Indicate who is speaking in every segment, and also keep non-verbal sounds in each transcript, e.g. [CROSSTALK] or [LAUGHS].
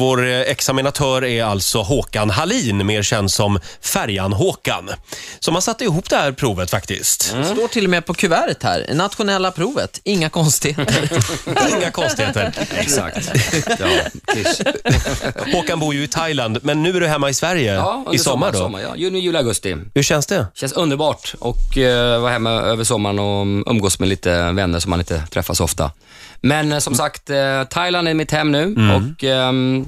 Speaker 1: Vår eh, examinatör är alltså Håkan Hallin, mer känd som Färjan-Håkan. Som har satt ihop det här provet faktiskt.
Speaker 2: Står till och med på kuvertet här. Nationella provet, inga konstigheter.
Speaker 3: Mm.
Speaker 1: Inga konstigheter.
Speaker 3: Exakt. Ja, klisch.
Speaker 1: Håkan bor ju i Thailand, men nu är du hemma i Sverige
Speaker 3: ja, under
Speaker 1: i sommar då.
Speaker 3: Sommar, ja. Juni, juli, augusti.
Speaker 1: Hur känns det?
Speaker 3: Känns underbart och eh, vara hemma över sommaren och um, umgås med lite vänner som man inte träffar så ofta. Men eh, som sagt, eh, Thailand är mitt hem nu och ehm,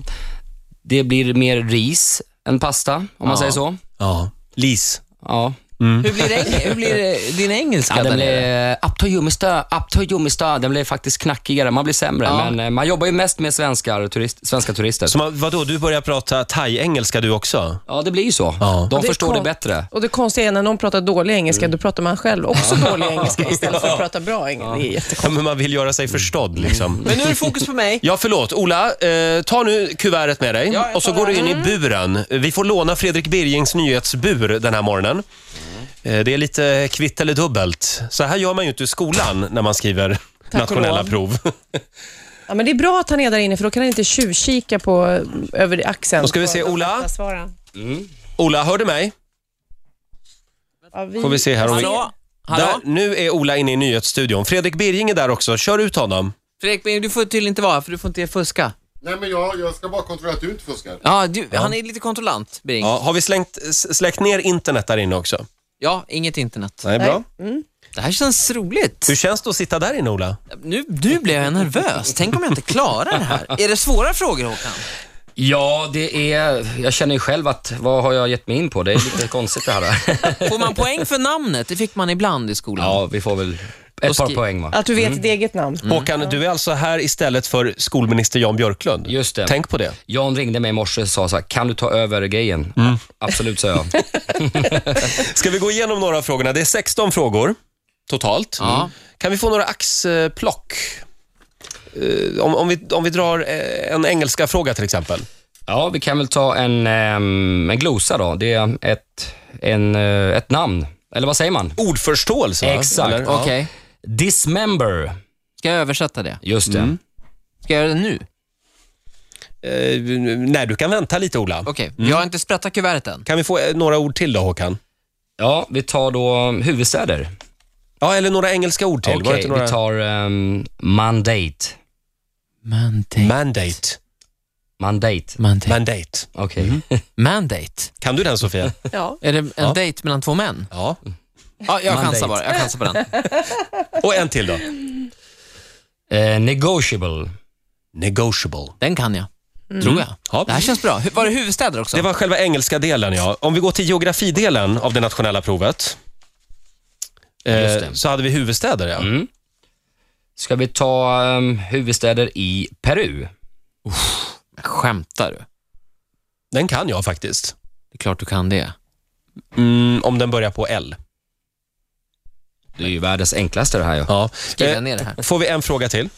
Speaker 3: det blir mer ris än pasta, om man säger så.
Speaker 1: Ja. Lis.
Speaker 3: Ja.
Speaker 2: Hur blir, eng- hur blir eh, din engelska
Speaker 3: Ja,
Speaker 2: där
Speaker 3: den
Speaker 2: nere?
Speaker 3: blev, Aptoj Jummestö, Aptoj Jummestö, den blev faktiskt knackigare, man blir sämre. Men eh, man jobbar ju mest med svenskar, turist, svenska turister.
Speaker 1: Så man, vadå, du börjar prata thai-engelska du också?
Speaker 3: Ja, det blir ju så.
Speaker 1: Ja.
Speaker 3: De
Speaker 4: Det är
Speaker 3: förstår det
Speaker 4: kon-
Speaker 3: bättre.
Speaker 4: Och det konstiga är när någon pratar dålig engelska, då pratar man själv också dålig engelska istället för att prata bra engelska. Det är jättekonstigt.
Speaker 1: Ja, men man vill göra sig förstådd liksom.
Speaker 2: Men nu är det fokus på mig.
Speaker 1: Ja, förlåt. Ola, eh, ta nu kuvertet med dig
Speaker 2: Ja, jag
Speaker 1: och så
Speaker 2: tar
Speaker 1: går
Speaker 2: det.
Speaker 1: du in i buren. Vi får låna Fredrik Birgings nyhetsbur den här morgonen. Eh, det är lite kvitt eller dubbelt. Så här gör man ju inte i skolan när man skriver nationella
Speaker 4: lov.
Speaker 1: prov.
Speaker 4: Ja, men det är bra att han är där inne, för då kan han inte tjuvkika på, över axeln.
Speaker 1: Då ska vi
Speaker 4: på
Speaker 1: se,
Speaker 4: de
Speaker 1: Ola?
Speaker 4: rätta svaren.
Speaker 1: Ola, hör du mig?
Speaker 4: Ja,
Speaker 1: Får vi se här om vi...
Speaker 2: Hallå?
Speaker 1: Där,
Speaker 2: Hallå?
Speaker 1: nu är Ola inne i nyhetsstudion. Fredrik Birging är där också. Kör ut honom.
Speaker 2: Fredrik, men du får tydligen inte vara här, för du får inte fuska.
Speaker 5: Nej men jag, jag ska bara kontrollera att du inte fuskar.
Speaker 2: Ja, du, han är lite kontrollant, Bring. Ja.
Speaker 1: Ja, har vi slängt, s- släckt ner internet där inne också?
Speaker 2: inget internet.
Speaker 1: Nej, bra.
Speaker 2: Det här känns roligt.
Speaker 1: Hur känns det att sitta där inne, Ola?
Speaker 2: Nu, nu blev jag nervös. Tänk om jag inte klarar det här. Är det svåra frågor, Håkan?
Speaker 3: Ja, det är... Jag känner ju själv att, vad har jag gett mig in på? Det är [LAUGHS] lite konstigt det här.
Speaker 2: Får man poäng för namnet? Det fick man ibland i skolan.
Speaker 3: Ja, vi får väl ett
Speaker 2: skri-
Speaker 3: par poäng va?
Speaker 4: Att du vet
Speaker 1: Mm.
Speaker 4: ditt eget namn.
Speaker 1: Håkan, du är alltså här istället för skolminister Jan Björklund.
Speaker 3: Just det.
Speaker 1: Tänk på det.
Speaker 3: Jan ringde mig i morse och sa så här, kan du ta över grejen? Absolut, sa jag.
Speaker 1: Ska vi gå igenom några av frågorna? Det är 16 frågor totalt. Mm.
Speaker 2: Ja.
Speaker 1: Kan vi få några axplock? Eh, Om, om, vi, om vi drar eh, en engelska fråga till exempel.
Speaker 3: Ja, vi kan väl ta en, ehm, en glosa då. Det är ett, en, eh, ett namn. Eller vad säger man?
Speaker 1: Ordförståelse. va?
Speaker 3: Exakt.
Speaker 1: Eller?
Speaker 2: Okej.
Speaker 1: Ja.
Speaker 3: Dismember.
Speaker 2: Ska jag översätta det?
Speaker 3: Just det.
Speaker 2: Ska jag göra det nu?
Speaker 1: Eh, nej, du kan vänta lite Ola.
Speaker 2: Okej, jag har inte sprättat kuvertet än.
Speaker 1: Kan vi få eh, några ord till då Håkan?
Speaker 3: Ja, vi tar då huvudstäder.
Speaker 1: Ja, eller några engelska ord till.
Speaker 3: Okej,
Speaker 1: Var det inte några...
Speaker 3: vi tar ehm, mandate.
Speaker 2: Mandate.
Speaker 1: Mandate.
Speaker 3: Mandate.
Speaker 2: Mandate.
Speaker 1: Mandate.
Speaker 3: Okej.
Speaker 2: Mandate.
Speaker 1: Kan du den Sofia?
Speaker 4: Ja.
Speaker 2: Är det en dejt mellan två män?
Speaker 1: Ja.
Speaker 2: Ja, jag
Speaker 3: Mandate.
Speaker 2: chansar bara. Jag chansar på den.
Speaker 1: Och en till då.
Speaker 3: Eh, negotiable.
Speaker 1: Negotiable.
Speaker 2: [LAUGHS] Den kan jag. Tror jag.
Speaker 1: Ja.
Speaker 2: Mm. Det här känns bra. Hu- Var det huvudstäder också?
Speaker 1: Det var själva engelska delen, ja. Om vi går till geografidelen av det nationella provet.
Speaker 3: Just
Speaker 1: Eh,
Speaker 3: det.
Speaker 1: så hade vi huvudstäder, ja.
Speaker 3: Ska vi ta ehm, huvudstäder i Peru?
Speaker 2: Skämtar du?
Speaker 1: Den kan jag faktiskt.
Speaker 2: Det är klart du kan det.
Speaker 1: Mm, om den börjar på L.
Speaker 3: Det är ju världens enklaste det här ju.
Speaker 1: Ja.
Speaker 2: Skriver jag ner det här?
Speaker 1: Eh, Får vi en fråga till?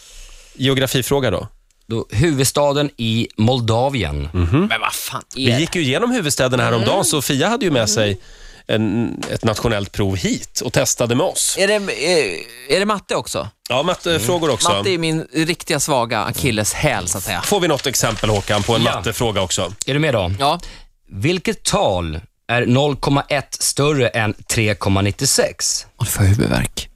Speaker 1: Geografifråga då.
Speaker 3: Då, huvudstaden i Moldavien.
Speaker 2: Men vad fan är
Speaker 1: Vi
Speaker 2: det?
Speaker 1: gick ju igenom huvudstäderna häromdagen. Sofia hade ju med sig en, ett nationellt prov hit och testade med oss.
Speaker 2: Är det, är, är det matte också?
Speaker 1: Ja, mattefrågor också.
Speaker 2: Matte är min riktiga svaga akilleshäl, så att säga.
Speaker 1: Får vi något exempel, Håkan, på en
Speaker 3: Ja.
Speaker 1: mattefråga också?
Speaker 3: Är du med då?
Speaker 2: Ja,
Speaker 3: Vilket tal är 0,1 större än 3,96?
Speaker 2: och du får huvudvärk.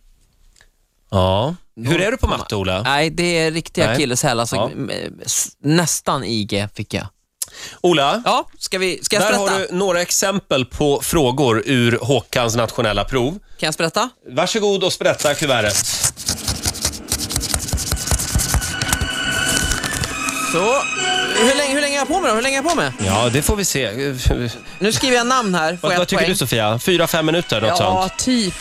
Speaker 1: Ja. Hur är du på matte, Ola?
Speaker 2: Nej, det är riktiga
Speaker 1: Nej.
Speaker 2: akilleshäl. Alltså,
Speaker 1: Ja.
Speaker 2: m- m- s- Nästan IG fick jag.
Speaker 1: Ola?
Speaker 2: Ja, ska, vi, ska jag
Speaker 1: Där
Speaker 2: sprätta?
Speaker 1: har du några exempel på frågor ur Håkans nationella prov.
Speaker 2: Kan jag sprätta?
Speaker 1: Varsågod och sprätta kuvertet.
Speaker 2: Så. Hur länge, hur länge är jag på med då? Hur länge är jag på med?
Speaker 1: Ja, det får vi se.
Speaker 2: Nu skriver jag namn här. Får
Speaker 1: Vad,
Speaker 2: jag
Speaker 1: vad
Speaker 2: ett
Speaker 1: tycker
Speaker 2: poäng?
Speaker 1: du Sofia? Fyra, fem minuter? Något
Speaker 4: ja,
Speaker 1: sånt.
Speaker 4: typ.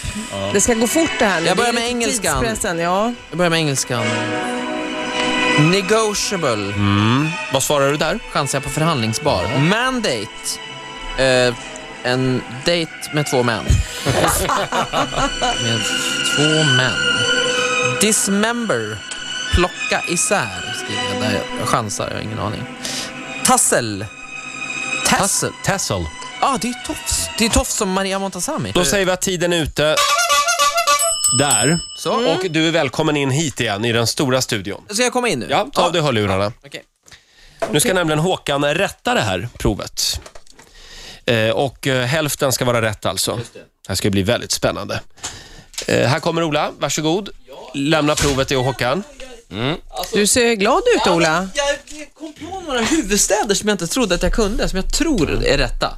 Speaker 4: Det ska gå fort det här nu.
Speaker 2: Jag börjar
Speaker 4: Det är
Speaker 2: med
Speaker 4: lite
Speaker 2: engelskan.
Speaker 4: tidspressen, Ja.
Speaker 2: Jag börjar med engelskan. Negotiable
Speaker 1: Mm. Vad svarar du där?
Speaker 2: chansar jag på förhandlingsbar. Mandate. Eh, en date med
Speaker 1: [LAUGHS]
Speaker 2: två män. med två män. Dismember. Plocka isär skriver jag där. Jag chansar, jag har ingen aning. Tassel. Tassel?
Speaker 1: Tassel.
Speaker 2: Ja, ah, det är tofs. Det är tofs som Maria Montazami.
Speaker 1: Då säger vi att tiden är ute. Där.
Speaker 2: Så.
Speaker 1: Och du är välkommen in hit igen i den stora studion.
Speaker 2: Ska jag komma in nu?
Speaker 1: Ja, ta av dig hörlurarna.
Speaker 2: Okej.
Speaker 1: Nu ska nämligen Håkan rätta det här provet. Eh, och eh, hälften ska vara rätt alltså. Det här ska ju bli väldigt spännande. Eh, här kommer Ola, varsågod. Lämna provet till Håkan.
Speaker 4: Du ser glad ut, Ola.
Speaker 2: Jag kom på några huvudstäder som jag inte trodde att jag kunde, som jag tror är rätta.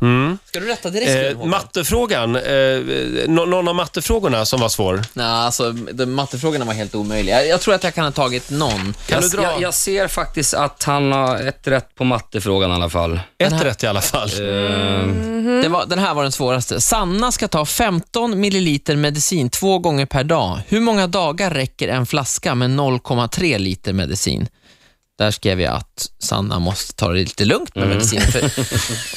Speaker 2: Ska du rätta direkt? nu,
Speaker 1: Eh,
Speaker 2: Håkan?
Speaker 1: mattefrågan, eh, nå- någon av mattefrågorna som var svår.
Speaker 2: Nej, alltså de, mattefrågorna var helt omöjliga. Jag, jag tror att jag kan ha tagit någon.
Speaker 1: Kan du
Speaker 3: jag,
Speaker 1: dra?
Speaker 3: jag, jag ser faktiskt att han har ett rätt på mattefrågan i alla fall.
Speaker 1: Ett rätt i alla fall.
Speaker 2: Det var, den här var den svåraste. Sanna ska ta 15 milliliter medicin två gånger per dag. Hur många dagar räcker en flaska med 0,3 liter medicin? Där skrev jag att Sanna måste ta det lite lugnt med
Speaker 1: Mm.
Speaker 2: medicin, för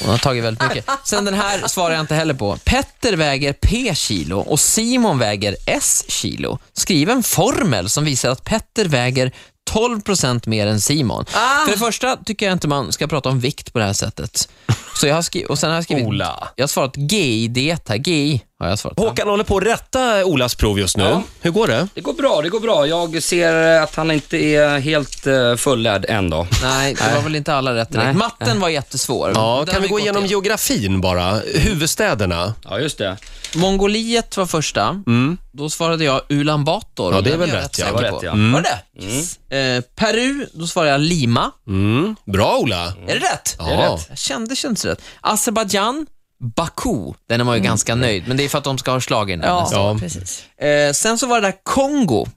Speaker 2: hon har tagit väldigt mycket. Sen den här svarar jag inte heller på. Petter väger P kilo och Simon väger S kilo. Skriv en formel som visar att Petter väger 12 procent mer än Simon.
Speaker 1: Ah.
Speaker 2: För det första tycker jag inte man ska prata om vikt på det här sättet. Så jag har skrivit, och sen har jag skrivit,
Speaker 1: Ola.
Speaker 2: jag har svarat GI-diet här. GI har jag svarat.
Speaker 1: Håkan håller på att rätta Olas prov just nu.
Speaker 3: Ja.
Speaker 1: Hur går det?
Speaker 3: Det går bra, det går bra. Jag ser att han inte är helt eh, fullärd än då.
Speaker 2: Nej, det var väl inte alla rätt direkt.
Speaker 3: Nej.
Speaker 2: Matten var jättesvår.
Speaker 1: Ja,
Speaker 2: Den har
Speaker 1: kan vi gå
Speaker 2: gått
Speaker 1: igenom
Speaker 2: igenom.
Speaker 1: geografin bara? Huvudstäderna.
Speaker 3: Ja, just det.
Speaker 2: Mongoliet var första. Då svarade jag Ulan Bator.
Speaker 1: Mm. Ja, det är
Speaker 2: Den
Speaker 1: väl
Speaker 2: jag
Speaker 1: rätt, ja.
Speaker 2: säker
Speaker 3: Det var
Speaker 2: på.
Speaker 3: rätt, ja.
Speaker 2: Var det det? Yes. Eh, Peru, då svarade jag Lima.
Speaker 1: Mm. Bra Ola!
Speaker 2: Är det rätt?
Speaker 1: Ja. Det är rätt.
Speaker 2: Jag kände känns rätt. Azerbajdzjan, Baku. Den är man ju
Speaker 1: Mm.
Speaker 2: ganska nöjd, men det är för att de ska ha slagen.
Speaker 4: Ja,
Speaker 1: Ja.
Speaker 4: precis.
Speaker 2: Eh, sen så var det där Kongo.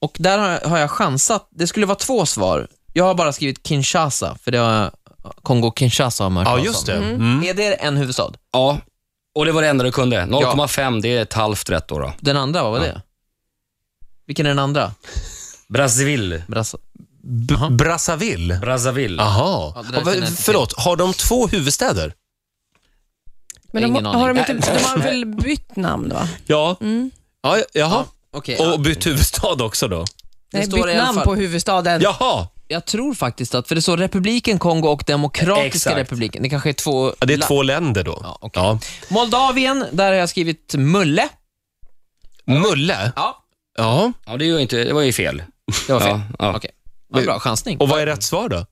Speaker 2: Och där har jag, har jag chansat. Det skulle vara två svar. Jag har bara skrivit Kinshasa, för det har Kongo-Kinshasa har man
Speaker 1: Ja,
Speaker 2: hört talas
Speaker 1: just
Speaker 2: om.
Speaker 1: det. Mm.
Speaker 2: Är det en huvudstad?
Speaker 3: Ja, och det var det enda du kunde. 0,5 det är ett halvt rätt då. då.
Speaker 2: Den andra, vad var det? Vilken är den andra?
Speaker 3: Brazzaville.
Speaker 2: Brass-
Speaker 1: B- Brazzaville.
Speaker 3: Brazzaville.
Speaker 1: Aha.
Speaker 2: Ja, det där
Speaker 1: Ja, vad-
Speaker 2: känner jag inte
Speaker 1: förlåt, har de två huvudstäder?
Speaker 4: Men de,
Speaker 2: Ingen
Speaker 4: har de,
Speaker 2: aning.
Speaker 4: inte, de har väl bytt namn, va?
Speaker 1: Ja. ja jaha.
Speaker 2: Okej, Mm. ja.
Speaker 1: Och bytt huvudstad också då?
Speaker 2: Det
Speaker 4: Nej,
Speaker 2: står
Speaker 4: bytt
Speaker 2: i alla
Speaker 4: namn
Speaker 2: fall-
Speaker 4: på huvudstaden.
Speaker 1: Jaha!
Speaker 2: jag tror faktiskt att, för det står Republiken Kongo och Demokratiska
Speaker 3: Exakt.
Speaker 2: republiken. Det kanske är två...
Speaker 1: Ja, det är
Speaker 2: la-
Speaker 1: två länder då.
Speaker 2: Ja, okej.
Speaker 1: ja.
Speaker 2: Moldavien, där har jag skrivit Mulle.
Speaker 1: Mulle?
Speaker 2: Ja,
Speaker 1: Ja.
Speaker 3: Ja, det, är ju inte, det var ju fel.
Speaker 2: det var fel.
Speaker 3: Ja, ja.
Speaker 2: Okej, vad bra chansning.
Speaker 1: Och vad är rätt svar då?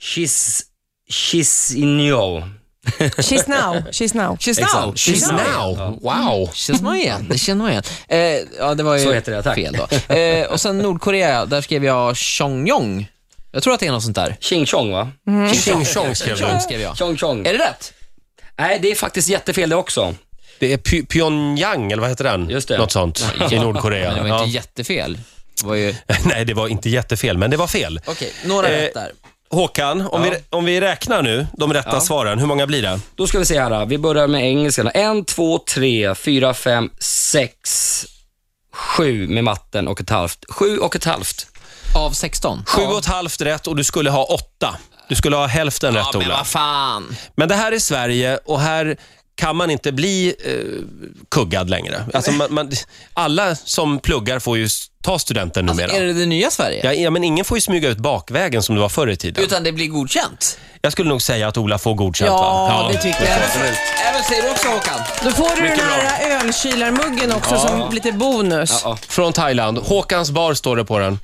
Speaker 3: Chis... Chisinau.
Speaker 4: She's now. She's now.
Speaker 2: Chisinau.
Speaker 3: Exakt.
Speaker 1: Chisinau. Wow. Mm.
Speaker 2: Känns man igen? Det känner man igen. Eh, ja, det var ju
Speaker 3: Så heter det, tack.
Speaker 2: fel då. Eh, och sen Nordkorea, där skrev jag Chongyong. Jag tror att det är något sånt där.
Speaker 3: Ching Chong, va?
Speaker 2: Mm.
Speaker 1: Ching chong skrev du.
Speaker 2: Chong skrev jag.
Speaker 3: Chong Chong.
Speaker 2: Är det rätt?
Speaker 3: Nej, det är faktiskt jättefel det också.
Speaker 1: Det är Py- Pyongyang, eller vad heter den?
Speaker 3: Just det.
Speaker 1: Något sånt i Nordkorea.
Speaker 2: Men det var
Speaker 1: Ja.
Speaker 2: inte jättefel. Det var ju...
Speaker 1: [LAUGHS] Nej, det var inte jättefel, men det var fel.
Speaker 2: Okej, några
Speaker 1: Eh,
Speaker 2: rätt där.
Speaker 1: Håkan, om, vi, om vi räknar nu de rätta svaren, hur många blir det?
Speaker 3: Då ska vi se här. Vi börjar med engelskan. En, två, tre, fyra, fem, sex, sju med matten och ett halvt. Sju och ett halvt.
Speaker 2: Av 16?
Speaker 1: Sju och ett halvt rätt och du skulle ha åtta. Du skulle ha hälften
Speaker 2: Ja,
Speaker 1: rätt,
Speaker 2: men
Speaker 1: Ola.
Speaker 2: vad fan.
Speaker 1: Men det här är Sverige och här kan man inte bli eh, kuggad längre. Alltså man, man, alla som pluggar får ju s- ta studenten
Speaker 4: Alltså,
Speaker 1: numera.
Speaker 2: Är det det nya Sverige?
Speaker 1: ja, ja, men ingen får ju smyga ut bakvägen som det var förr i tiden.
Speaker 2: Utan det blir godkänt?
Speaker 1: Jag skulle nog säga att Ola får godkänt.
Speaker 4: Ja,
Speaker 1: va?
Speaker 4: det tycker jag.
Speaker 2: Även säger du också Håkan?
Speaker 4: Då får du den här ölkylarmuggen också som lite bonus.
Speaker 1: Från Thailand. Håkans bar står det på den.